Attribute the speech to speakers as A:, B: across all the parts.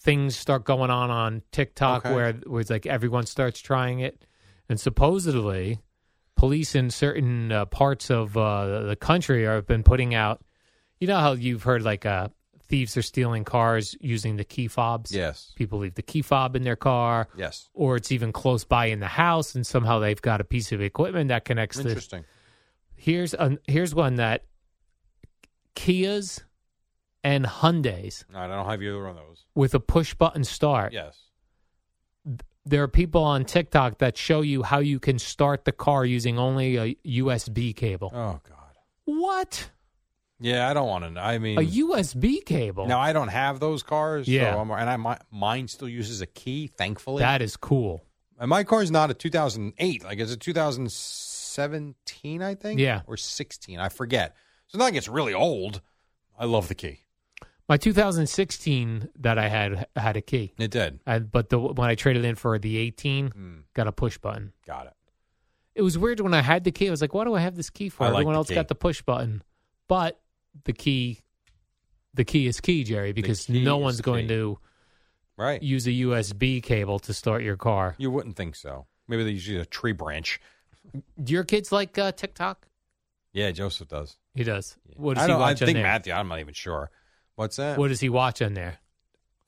A: things start going on on TikTok
B: Okay.
A: where where it's like everyone starts trying it, and supposedly police in certain uh, parts of uh, the country are, have been putting out. You know how you've heard like uh, thieves are stealing cars using the key fobs.
B: Yes,
A: People leave the key fob in their car
B: yes.
A: or it's even close by in the house and somehow they've got a piece of equipment that connects to
B: Interesting.
A: here's an here's one that Kias and Hyundais
B: All right, I don't have either one of those.
A: with a push button start.
B: Yes.
A: There are people on TikTok that show you how you can start the car using only a USB cable.
B: Oh God.
A: What?
B: Yeah, I don't want to. know. I mean,
A: A USB cable?
B: Hmm. now I don't have those cars.
A: Yeah.
B: So I'm, and I my, mine still uses a key. Thankfully,
A: that is cool.
B: And my car's not a 2008. Like it's a 2017, I think.
A: Yeah.
B: Or 16. I forget. So now it gets really old. I love the key.
A: My 2016 that I had had a key,
B: It did.
A: I, but the when I traded in for the 18,
B: Hmm.
A: got a push button.
B: Got it.
A: it was weird when I had the key. I was like, "Why do I have this key for?"
B: I like
A: Everyone
B: the
A: else
B: key.
A: got the push button, but the key, the key is key, Jerry, because
B: key
A: no
B: is
A: one's going
B: key.
A: to
B: Right. You,
A: use a USB cable to start your car.
B: wouldn't think so. Maybe they use a tree branch.
A: Do your kids like uh, TikTok?
B: Yeah, Joseph does.
A: He does. What does
B: I
A: he
B: don't,
A: watch
B: I
A: on
B: think
A: there?
B: Matthew, I'm not even sure. What's that?
A: What does he watch on there?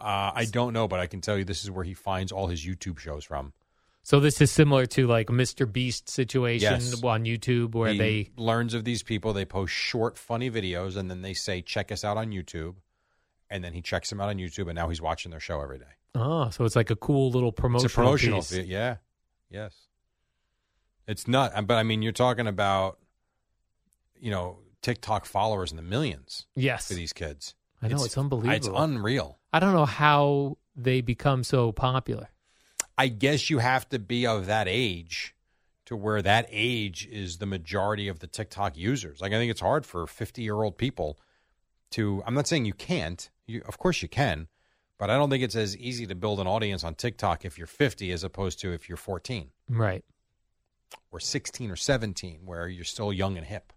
B: uh, I don't know, but I can tell you this is where he finds all his YouTube shows from.
A: So this is similar to like Mr. Beast situation
B: Yes.
A: on YouTube where
B: he
A: they
B: learns of these people. They post short, funny videos, and then they say, check us out on YouTube. And then he checks them out on YouTube, and now he's watching their show every day.
A: oh, so it's like a cool little promotional,
B: it's a
A: piece.
B: promotional. vi- Yeah. Yes. It's not, uh, but I mean, you're talking about, you know, TikTok followers in the millions
A: Yes,
B: for these kids.
A: I know it's, unbelievable.
B: It's unreal.
A: I don't know how they become so popular.
B: I guess you have to be of that age to where that age is the majority of the TikTok users. Like, I think it's hard for 50 year old people to, I'm not saying you can't, you, of course you can, but I don't think it's as easy to build an audience on TikTok if you're 50 as opposed to if you're 14.
A: Right.
B: or 16 or 17 where you're still young and hip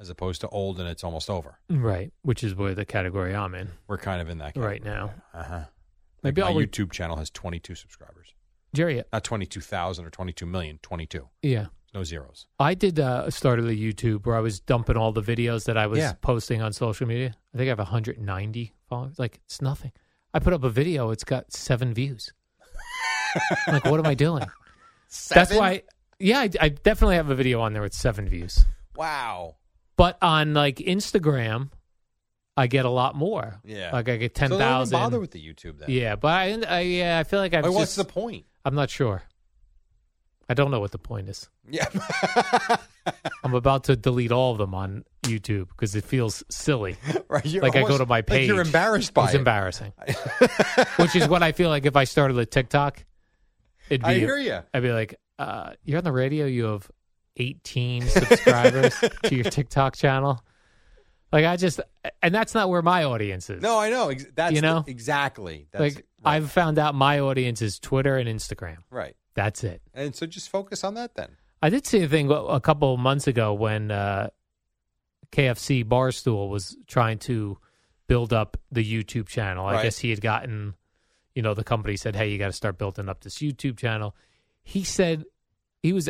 B: as opposed to old and it's almost over
A: Right, which is where the category I'm in
B: we're kind of in that
A: right now.
B: uh-huh
A: Maybe
B: like
A: I'll
B: my
A: re-
B: youtube channel has 22 subscribers
A: Jerry,
B: not 22,000 or 22 million 22
A: yeah.
B: no zeros
A: I did uh, started a YouTube where I was dumping all the videos that I was
B: Yeah.
A: posting on social media. I think I have 190 followers. Like, it's nothing. I put up a video, it's got seven views. I'm like, what am I doing? That's why, yeah, I, I definitely have a video on there with seven views.
B: wow
A: But on like Instagram, I get a lot more.
B: Yeah.
A: Like, I get
B: so don't even
A: 10,000.
B: bother with the youtube then
A: yeah, but I, I, yeah, I feel like I've
B: Like, what's
A: just-
B: the point
A: I'm not sure. I don't know what the point is.
B: yeah
A: I'm about to delete all of them on YouTube because it feels silly.
B: right you're
A: Like I go
B: almost-
A: to my page.
B: like you're embarrassed by
A: it's
B: it
A: embarrassing. Which is what I feel like if I started a TikTok, it'd be
B: i hear you
A: I'd be like, uh, you're on the radio, you have 18 subscribers to your TikTok channel. Like I just, and that's not where my audience is.
B: No, I know. Ex- That's
A: You
B: the-
A: know?
B: exactly. That's
A: like
B: right.
A: I've found out my audience is Twitter and Instagram.
B: right.
A: That's it.
B: And so just focus on that then.
A: I did see a thing a- a couple of months ago when uh, KFC Barstool was trying to build up the YouTube channel. I
B: Right.
A: guess he had gotten, you know, the company said, "Hey, you got to start building up this YouTube channel." He said he was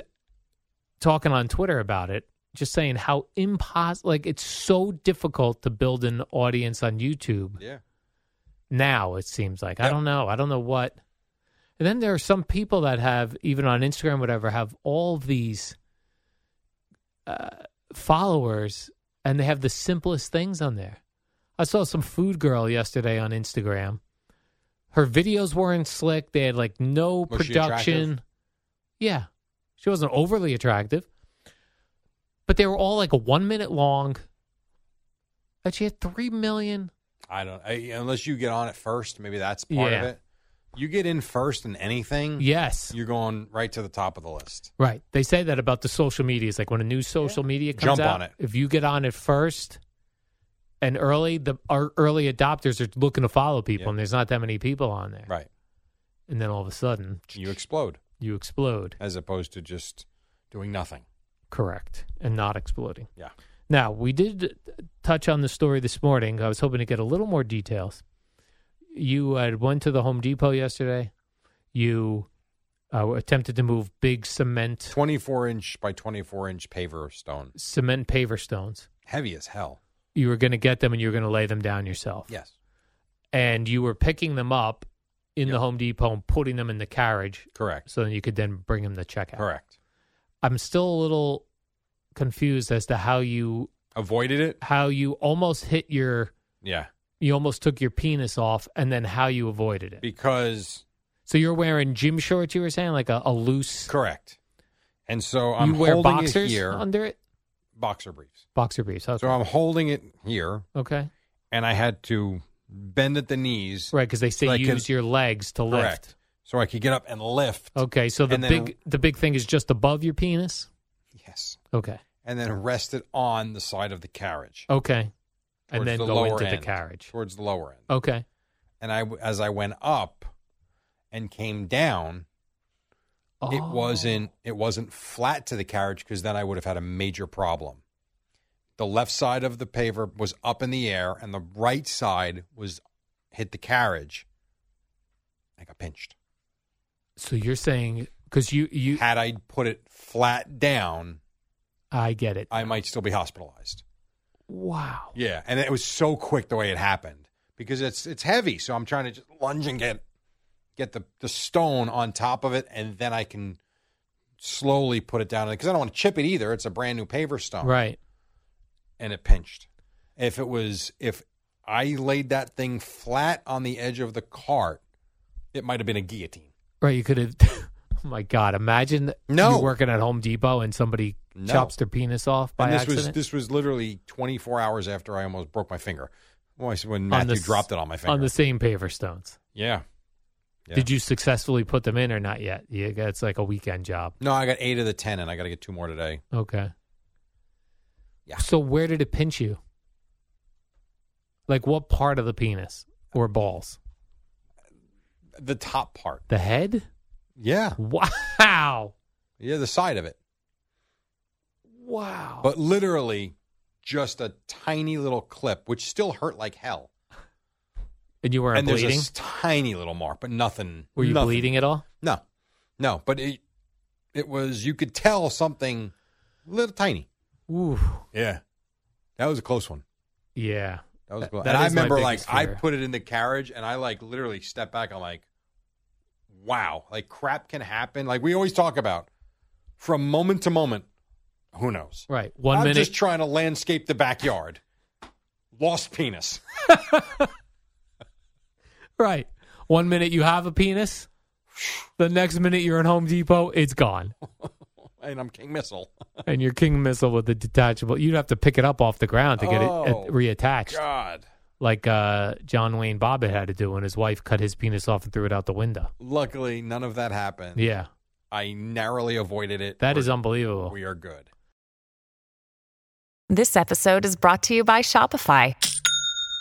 A: talking on Twitter about it, just saying how impossible, like it's so difficult to build an audience on YouTube
B: Yeah.
A: now it seems like i
B: Yep.
A: don't know i don't know what and then there are some people that have even on instagram whatever have all these uh, followers and they have the simplest things on there i saw some food girl yesterday on instagram her videos weren't slick they had like no
B: Was she
A: production yeah she wasn't overly attractive but they were all like a one minute long and she had three million
B: I don't. I, unless you get on it first, maybe that's part of
A: Yeah.
B: it. You get in first in anything.
A: yes
B: You're going right to the top of the list.
A: Right. They say that about the social media. It's like when a new social media comes
B: Jump
A: out,
B: on it.
A: if you get on it first and early, the our early adopters are looking to follow people,
B: Yeah.
A: and there's not that many people on there.
B: Right.
A: And then all of a sudden,
B: You explode
A: you explode.
B: as opposed to just doing nothing.
A: Correct. And not exploding.
B: Yeah.
A: Now, we did touch on the story this morning. I was hoping to get a little more details. You uh, went to the Home Depot yesterday. You uh, attempted to move big cement
B: 24 inch by 24 inch paver stone.
A: cement paver stones.
B: Heavy as hell.
A: you were going to get them and you were going to lay them down yourself.
B: Yes.
A: And you were picking them up in the
B: Yep.
A: Home Depot and putting them in the carriage
B: Correct.
A: so then you could then bring them to checkout.
B: Correct.
A: I'm still a little confused as to how you
B: Avoided it.
A: how you almost hit your
B: Yeah.
A: you almost took your penis off and then how you avoided it.
B: Because
A: So you're wearing gym shorts you were saying like a, a loose
B: correct. And so I'm
A: you wear
B: holding
A: boxers
B: it here.
A: under it?
B: boxer briefs.
A: Boxer briefs. Okay.
B: So I'm holding it here,
A: okay.
B: and I had to bend at the knees.
A: Right cuz they say
B: So I can-
A: use your legs to
B: Correct. So I could get up and lift.
A: lift. Okay, so the
B: And then-
A: big the big thing is just above your penis?
B: Yes.
A: Okay.
B: And then rest it on the side of the carriage.
A: Okay.
B: towards
A: and then
B: the
A: go
B: lower
A: into
B: end,
A: the carriage. Oh.
B: Towards the lower end.
A: Okay.
B: And I, as I went up and came down, it
A: Oh.
B: wasn't it wasn't flat to the carriage because then I would have had a major problem. The left side of the paver was up in the air, and the right side was hit the carriage. I got pinched.
A: So you're saying because you you
B: Had I put it flat down,
A: I get it.
B: I might still be hospitalized.
A: wow.
B: Yeah, and it was so quick the way it happened because it's it's heavy. So I'm trying to just lunge and get get the the stone on top of it, and then I can slowly put it down because I don't want to chip it either. It's a brand new paver stone,
A: Right.
B: And it pinched. If it was if I laid that thing flat on the edge of the cart, it might have been a guillotine.
A: Right. You could have. oh my God! Imagine
B: No.
A: you're working at Home Depot and somebody
B: No.
A: chops their penis off by
B: and this was
A: accident
B: this was literally 24 hours after I almost broke my finger. Well, I said when
A: On
B: Matthew
A: the s-
B: dropped it on my finger.
A: on the same paver stones.
B: yeah. Yeah.
A: Did you successfully put them in or not yet? Yeah, it's like a weekend job.
B: No, I got eight of the ten, and I got to get two more today.
A: Okay.
B: Yeah.
A: So where did it pinch you? Like what part of the penis or balls?
B: the top part.
A: The head?
B: Yeah.
A: Wow.
B: Yeah, the side of it.
A: Wow.
B: But literally just a tiny little clip, which still hurt like hell.
A: and you weren't
B: and
A: bleeding?
B: there's a s- tiny little mark, but nothing.
A: Were you
B: nothing.
A: bleeding at all?
B: No. No. But it it was you could tell something little tiny.
A: Ooh.
B: Yeah. That was a close one.
A: Yeah.
B: That was a close.
A: That
B: and I
A: is my
B: remember like
A: biggest
B: I
A: fear.
B: put it in the carriage and I like literally stepped back. I'm like, wow, like crap can happen. Like we always talk about from moment to moment, who knows?
A: Right. One
B: I'm
A: minute.
B: just trying to landscape the backyard. Lost penis.
A: right. One minute you have a penis. The next minute you're in Home Depot, it's gone.
B: and I'm King Missile.
A: And your King missile with the detachable, you'd have to pick it up off the ground to get it
B: Oh,
A: uh, reattached,
B: God.
A: like uh, John Wayne Bobbitt had to do when his wife cut his penis off and threw it out the window.
B: Luckily, none of that happened.
A: Yeah,
B: I narrowly avoided it.
A: that is
B: We're-
A: unbelievable.
B: We are good.
C: This episode is brought to you by Shopify.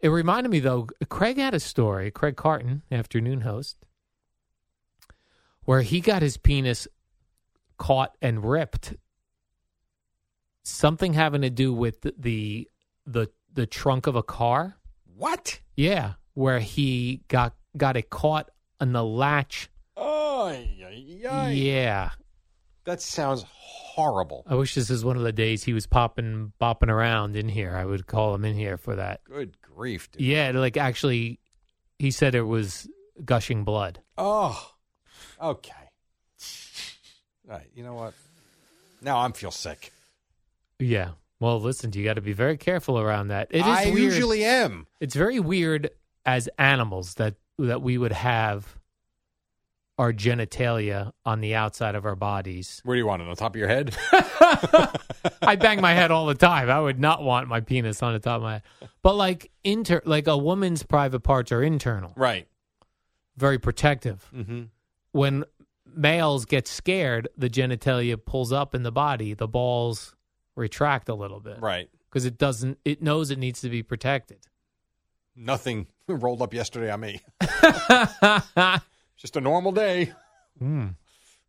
A: It reminded me though, Craig had a story, Craig Carton, afternoon host, where he got his penis caught and ripped. Something having to do with the the the trunk of a car.
B: What?
A: Yeah, where he got got it caught on the latch.
B: Oh, yeah.
A: Yeah.
B: That sounds horrible.
A: I wish this is one of the days he was popping bopping around in here. I would call him in here for that.
B: Good grief, dude.
A: Yeah, like actually, he said it was gushing blood.
B: Oh, okay. All right. You know what? Now I'm feel sick.
A: Yeah. Well, listen, you got to be very careful around that. It is
B: I
A: weird.
B: usually am.
A: it's very weird as animals that that we would have our genitalia on the outside of our bodies.
B: Where do you want it? On the top of your head?
A: I bang my head all the time. I would not want my penis on the top of my head. But like inter like a woman's private parts are internal,
B: right.
A: very protective.
B: Mm-hmm.
A: when males get scared, the genitalia pulls up in the body. The balls retract a little bit,
B: Right.
A: Because it doesn't. It knows it needs to be protected.
B: Nothing rolled up yesterday on me. Just a normal day.
A: Mm.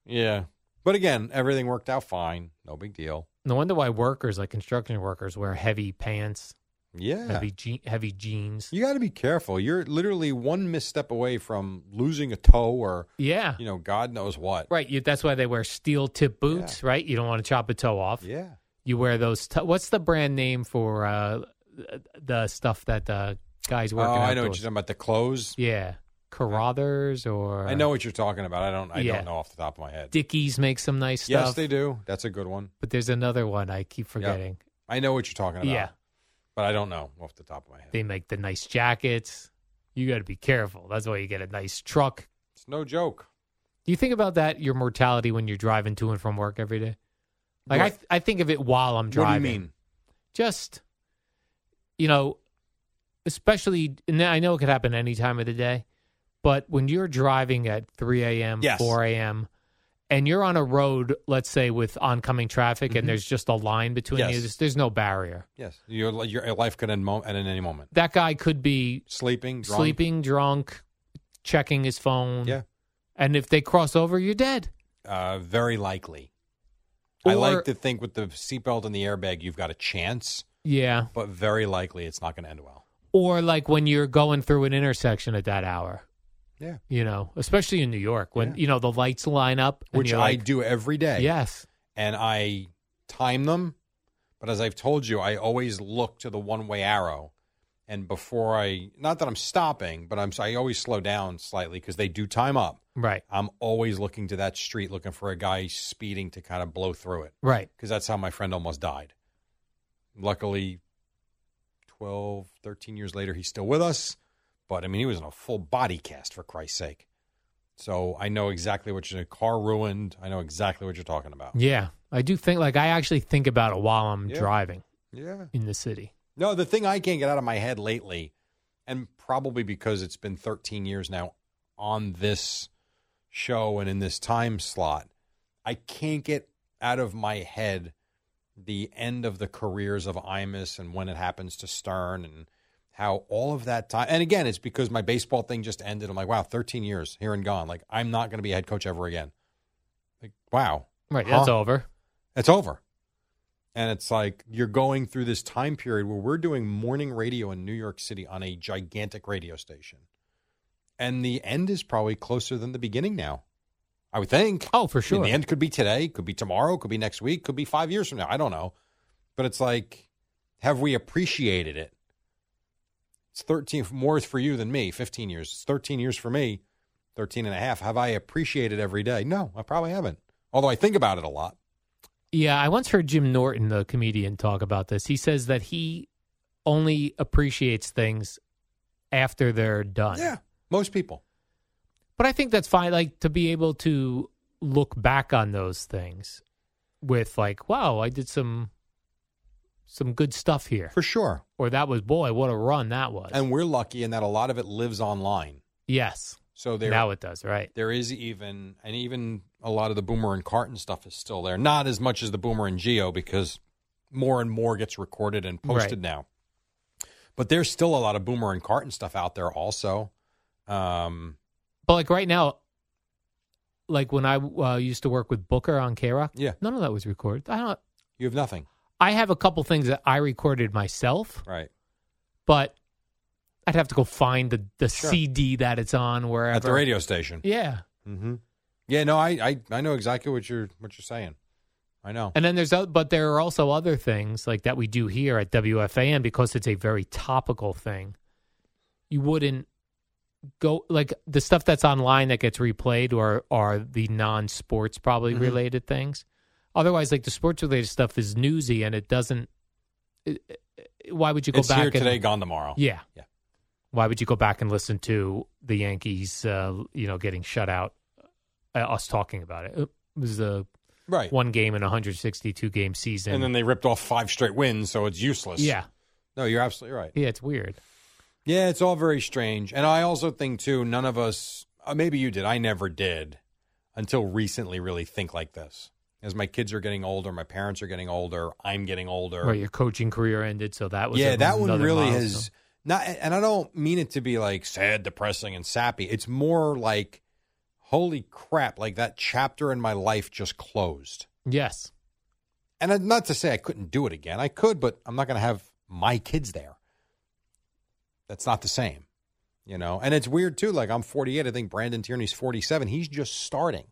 B: Yeah. But again, everything worked out fine. No big deal.
A: No wonder why workers, like construction workers, wear heavy pants,
B: Yeah.
A: heavy je- heavy jeans.
B: You got to be careful. You're literally one misstep away from losing a toe or,
A: Yeah,
B: you know, God knows what.
A: right. You, that's why they wear steel tip boots, right? You don't want to chop a toe off.
B: Yeah.
A: You wear those. T- What's the brand name for uh, the stuff that uh, guys
B: Oh,
A: working?
B: I know what you're
A: outdoors?
B: talking about. The clothes.
A: Yeah, Carruthers or
B: I know what you're talking about. I don't. I
A: Yeah.
B: don't know off the top of my head.
A: Dickies makes some nice stuff.
B: Yes, they do. That's a good one.
A: But there's another one I keep forgetting.
B: I know what you're talking about.
A: Yeah,
B: but I don't know off the top of my head.
A: they make the nice jackets. You got to be careful. That's why you get a nice truck.
B: It's no joke.
A: Do you think about that your mortality when you're driving to and from work every day? Like I,
B: What?
A: I think of it while I'm
B: What do you
A: driving.
B: mean?
A: Just, you know, especially. And I know it could happen any time of the day, but when you're driving at 3 a.m.,
B: Yes.
A: 4 a.m. And you're on a road, let's say, with oncoming traffic, and there's just a line between
B: Mm-hmm. Yes.
A: you. There's, there's no barrier.
B: Yes, your li- your life could end mo- end in any moment.
A: That guy could be
B: Sleeping, drunk.
A: sleeping, drunk, checking his phone.
B: Yeah,
A: And if they cross over, you're dead.
B: uh, very likely. I
A: Or-
B: like to think with the seatbelt and the airbag, you've got a chance,
A: Yeah.
B: but very likely it's not going to end well.
A: Or like when you're going through an intersection at that hour.
B: Yeah.
A: You know, especially in New York when
B: Yeah.
A: you know the lights line up. and
B: Which
A: you're
B: I
A: like,
B: do every day.
A: Yes.
B: and I time them. But as I've told you, I always look to the one way arrow. And before I, not that I'm stopping, but I'm, I always slow down slightly because they do time up.
A: Right.
B: I'm always looking to that street, looking for a guy speeding to kind of blow through it
A: Right.
B: because that's how my friend almost died. Luckily, 12, 13 years later, he's still with us. But I mean, he was in a full body cast for Christ's sake. So I know exactly what you're car ruined. I know exactly what you're talking about.
A: Yeah. I do think like I actually think about it while I'm
B: Yeah.
A: driving
B: Yeah.
A: in the city.
B: No, the thing I can't get out of my head lately, and probably because it's been 13 years now on this show and in this time slot, I can't get out of my head the end of the careers of Imus and when it happens to Stern and how all of that time. And again, it's because my baseball thing just ended. I'm like, wow, 13 years here and gone. Like, I'm not going to be a head coach ever again. Like, wow.
A: Right.
B: Huh.
A: That's over.
B: It's over. And it's like you're going through this time period where we're doing morning radio in New York City on a gigantic radio station. And the end is probably closer than the beginning now. I would think.
A: Oh, for
B: I mean,
A: sure.
B: the end could be today, could be tomorrow, could be next week, could be five years from now. I don't know. But it's like, have we appreciated it? It's 13, more is for you than me, 15 years. It's 13 years for me, 13 and a half. Have I appreciated every day? No, I probably haven't. Although I think about it a lot.
A: Yeah, I once heard Jim Norton, the comedian, talk about this. He says that he only appreciates things after they're done.
B: Yeah, most people.
A: But I think that's fine. Like to be able to look back on those things with like, wow, I did some some good stuff here.
B: For sure.
A: Or that was boy, what a run that was.
B: And we're lucky in that a lot of it lives online.
A: yes.
B: So there
A: now it does, right?
B: there is even and even a lot of the Boomer and Carton stuff is still there. Not as much as the Boomer and Geo because more and more gets recorded and
A: Right.
B: posted now. But there's still a lot of Boomer and Carton stuff out there also. Um,
A: But like right now, like when I uh, used to work with Booker on K Rock,
B: Yeah.
A: none of that was recorded. I don't.
B: you have nothing,
A: I have a couple things that I recorded myself,
B: right?
A: but I'd have to go find the the
B: Sure.
A: CD that it's on wherever
B: At the radio station.
A: Yeah,
B: Mm-hmm. Yeah, no, I, I I know exactly what you're what you're saying. I know.
A: and then there's oth- but there are also other things like that we do here at WFAN because it's a very topical thing. You wouldn't go like the stuff that's online that gets replayed or are the non-sports probably
B: Mhm.
A: related things. Otherwise, like the sports related stuff is newsy and it doesn't. it- it- why would you go
B: it's
A: back
B: here
A: and,
B: today, gone tomorrow.
A: Yeah.
B: Yeah.
A: Why would you go back and listen to the Yankees, uh, you know, getting shut out, uh, us talking about it? It was a
B: Right.
A: one game in a 162 game season.
B: and then they ripped off five straight wins, so it's useless.
A: yeah.
B: No, you're absolutely right.
A: Yeah, it's weird.
B: Yeah, it's all very strange. And I also think, too, none of us, uh, maybe you did, I never did until recently really think like this. As my kids are getting older, my parents are getting older, I'm getting older.
A: Right. Your coaching career ended. So that was.
B: yeah,
A: a-
B: that one
A: another
B: really
A: milestone.
B: has not, and I don't mean it to be like sad, depressing, and sappy. It's more like, holy crap, like that chapter in my life just closed.
A: Yes.
B: And I- not to say I couldn't do it again. I could, but I'm not going to have my kids there. That's not the same, you know. And it's weird too. Like I'm 48. I think Brandon Tierney's 47. He's just starting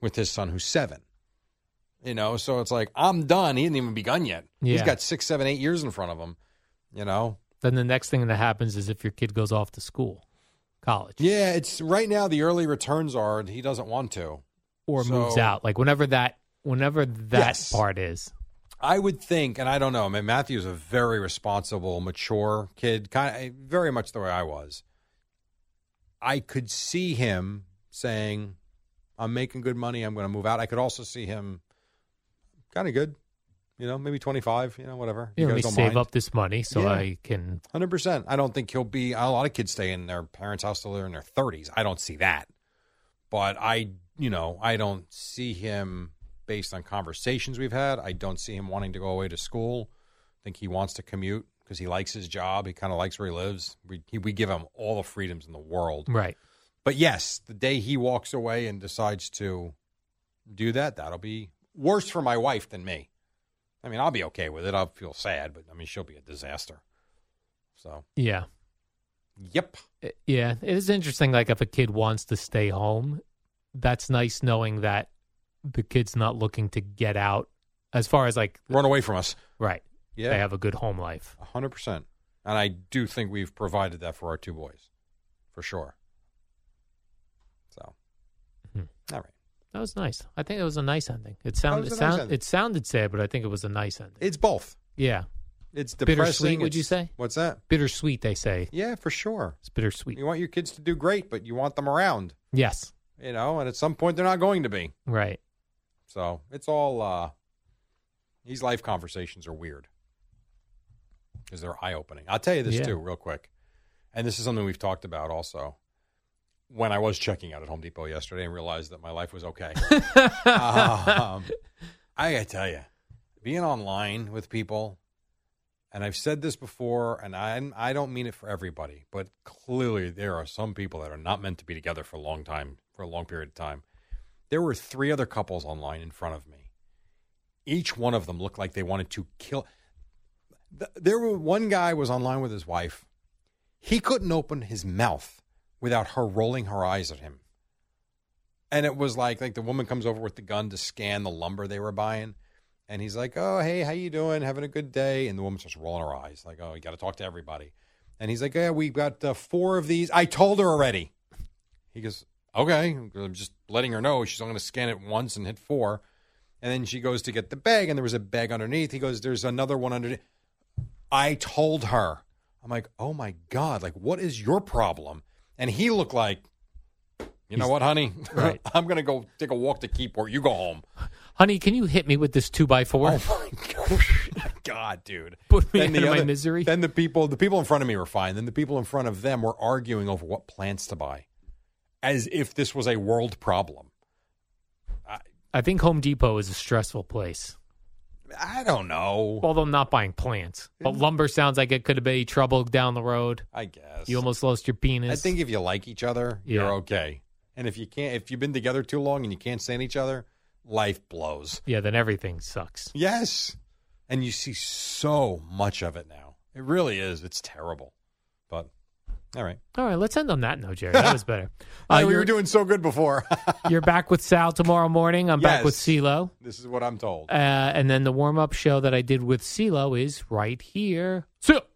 B: with his son, who's seven. You know, so it's like I'm done. He hasn't even begun yet. He's
A: Yeah.
B: got six, seven, eight years in front of him. You know.
A: Then the next thing that happens is if your kid goes off to school, college,
B: Yeah. It's right now. The early returns are he doesn't want to.
A: or
B: So-
A: moves out, like whenever that, whenever that
B: Yes.
A: part is.
B: I would think, and I don't know. I mean, Matthew's a very responsible, mature kid, kind of, very much the way I was. I could see him saying, "I'm making good money. I'm going to move out." I could also see him, kind of good, you know, maybe 25, you know, whatever.
A: You know, let me save up this money so
B: Yeah.
A: I can.
B: Hundred percent. I don't think he'll be. A lot of kids stay in their parents' house till they're in their thirties. I don't see that, but I, you know, I don't see him based on conversations we've had. I don't see him wanting to go away to school. I think he wants to commute because he likes his job. He kind of likes where he lives. We he, we give him all the freedoms in the world.
A: Right.
B: But yes, the day he walks away and decides to do that, that'll be worse for my wife than me. I mean, I'll be okay with it. I'll feel sad, but I mean, she'll be a disaster. So,
A: Yeah.
B: yep.
A: It- Yeah, it is interesting. Like if a kid wants to stay home, that's nice knowing that the kid's not looking to get out. As far as like,
B: Run away from us.
A: right,
B: Yeah.
A: they have a good home life.
B: 100%. And I do think we've provided that for our two boys, for sure. So,
A: Hmm.
B: all right.
A: That was nice. I think it was a nice ending. It sounded
B: was
A: it
B: a nice
A: sound,
B: ending.
A: it sounded sad, but I think it was a nice ending.
B: It's both.
A: yeah,
B: It's depressing.
A: Bittersweet, would
B: it's-
A: you say?
B: What's that?
A: bittersweet. They say
B: Yeah, for sure.
A: it's bittersweet.
B: You want your kids to do great, but you want them around,
A: Yes,
B: you know, and at some point they're not going to be.
A: right.
B: So it's all uh these life conversations are weird because they're eye opening. I'll tell you this
A: Yeah.
B: too, real quick, and this is something we've talked about also. When I was checking out at Home Depot yesterday and realized that my life was okay, um, I gotta tell you, being online with people, and I've said this before, and I I don't mean it for everybody, but clearly there are some people that are not meant to be together for a long time, for a long period of time. There were three other couples online in front of me. Each one of them looked like they wanted to kill. Th- There were one guy was online with his wife. He couldn't open his mouth without her rolling her eyes at him. And it was like like the woman comes over with the gun to scan the lumber they were buying, and he's like, "Oh, hey, how you doing? Having a good day?" And the woman starts rolling her eyes, like, "Oh, you got to talk to everybody." And he's like, "Yeah, we got uh, four of these. I told her already." He goes, "Okay, I'm just letting her know. She's only going to scan it once and hit four. And then she goes to get the bag, and there was a bag underneath. He goes, "There's another one underneath." I told her. I'm like, oh my God, like, what is your problem? And he looked like, you know what, honey?
A: Right.
B: I'm going to go take a walk to Keyport. You go home.
A: Honey, can you hit me with this two by four?
B: Oh my God, God dude!
A: Put me out of my misery.
B: Then the people, the people in front of me were fine. Then the people in front of them were arguing over what plants to buy, as if this was a world problem.
A: I think Home Depot is a stressful place.
B: I don't know.
A: Although I'm not buying plants, but lumber sounds like it could have been trouble down the road.
B: I guess
A: You almost lost your
B: I
A: penis.
B: think if you like each other,
A: Yeah.
B: you're okay. And if you can't, if you've been together too long and you can't stand each other, life blows.
A: yeah, then everything sucks.
B: Yes, and you see so much of it now. It really is. It's terrible. But all right,
A: All right, let's end on that note, Jerry. That was better. Uh,
B: Hey, we
A: you're,
B: were Uh, doing so good before.
A: you're back with Sal tomorrow morning. I'm back with
B: Yes.
A: CeeLo.
B: This is what I'm told.
A: Uh, and then the warm up show that I did with CeeLo is right here. So.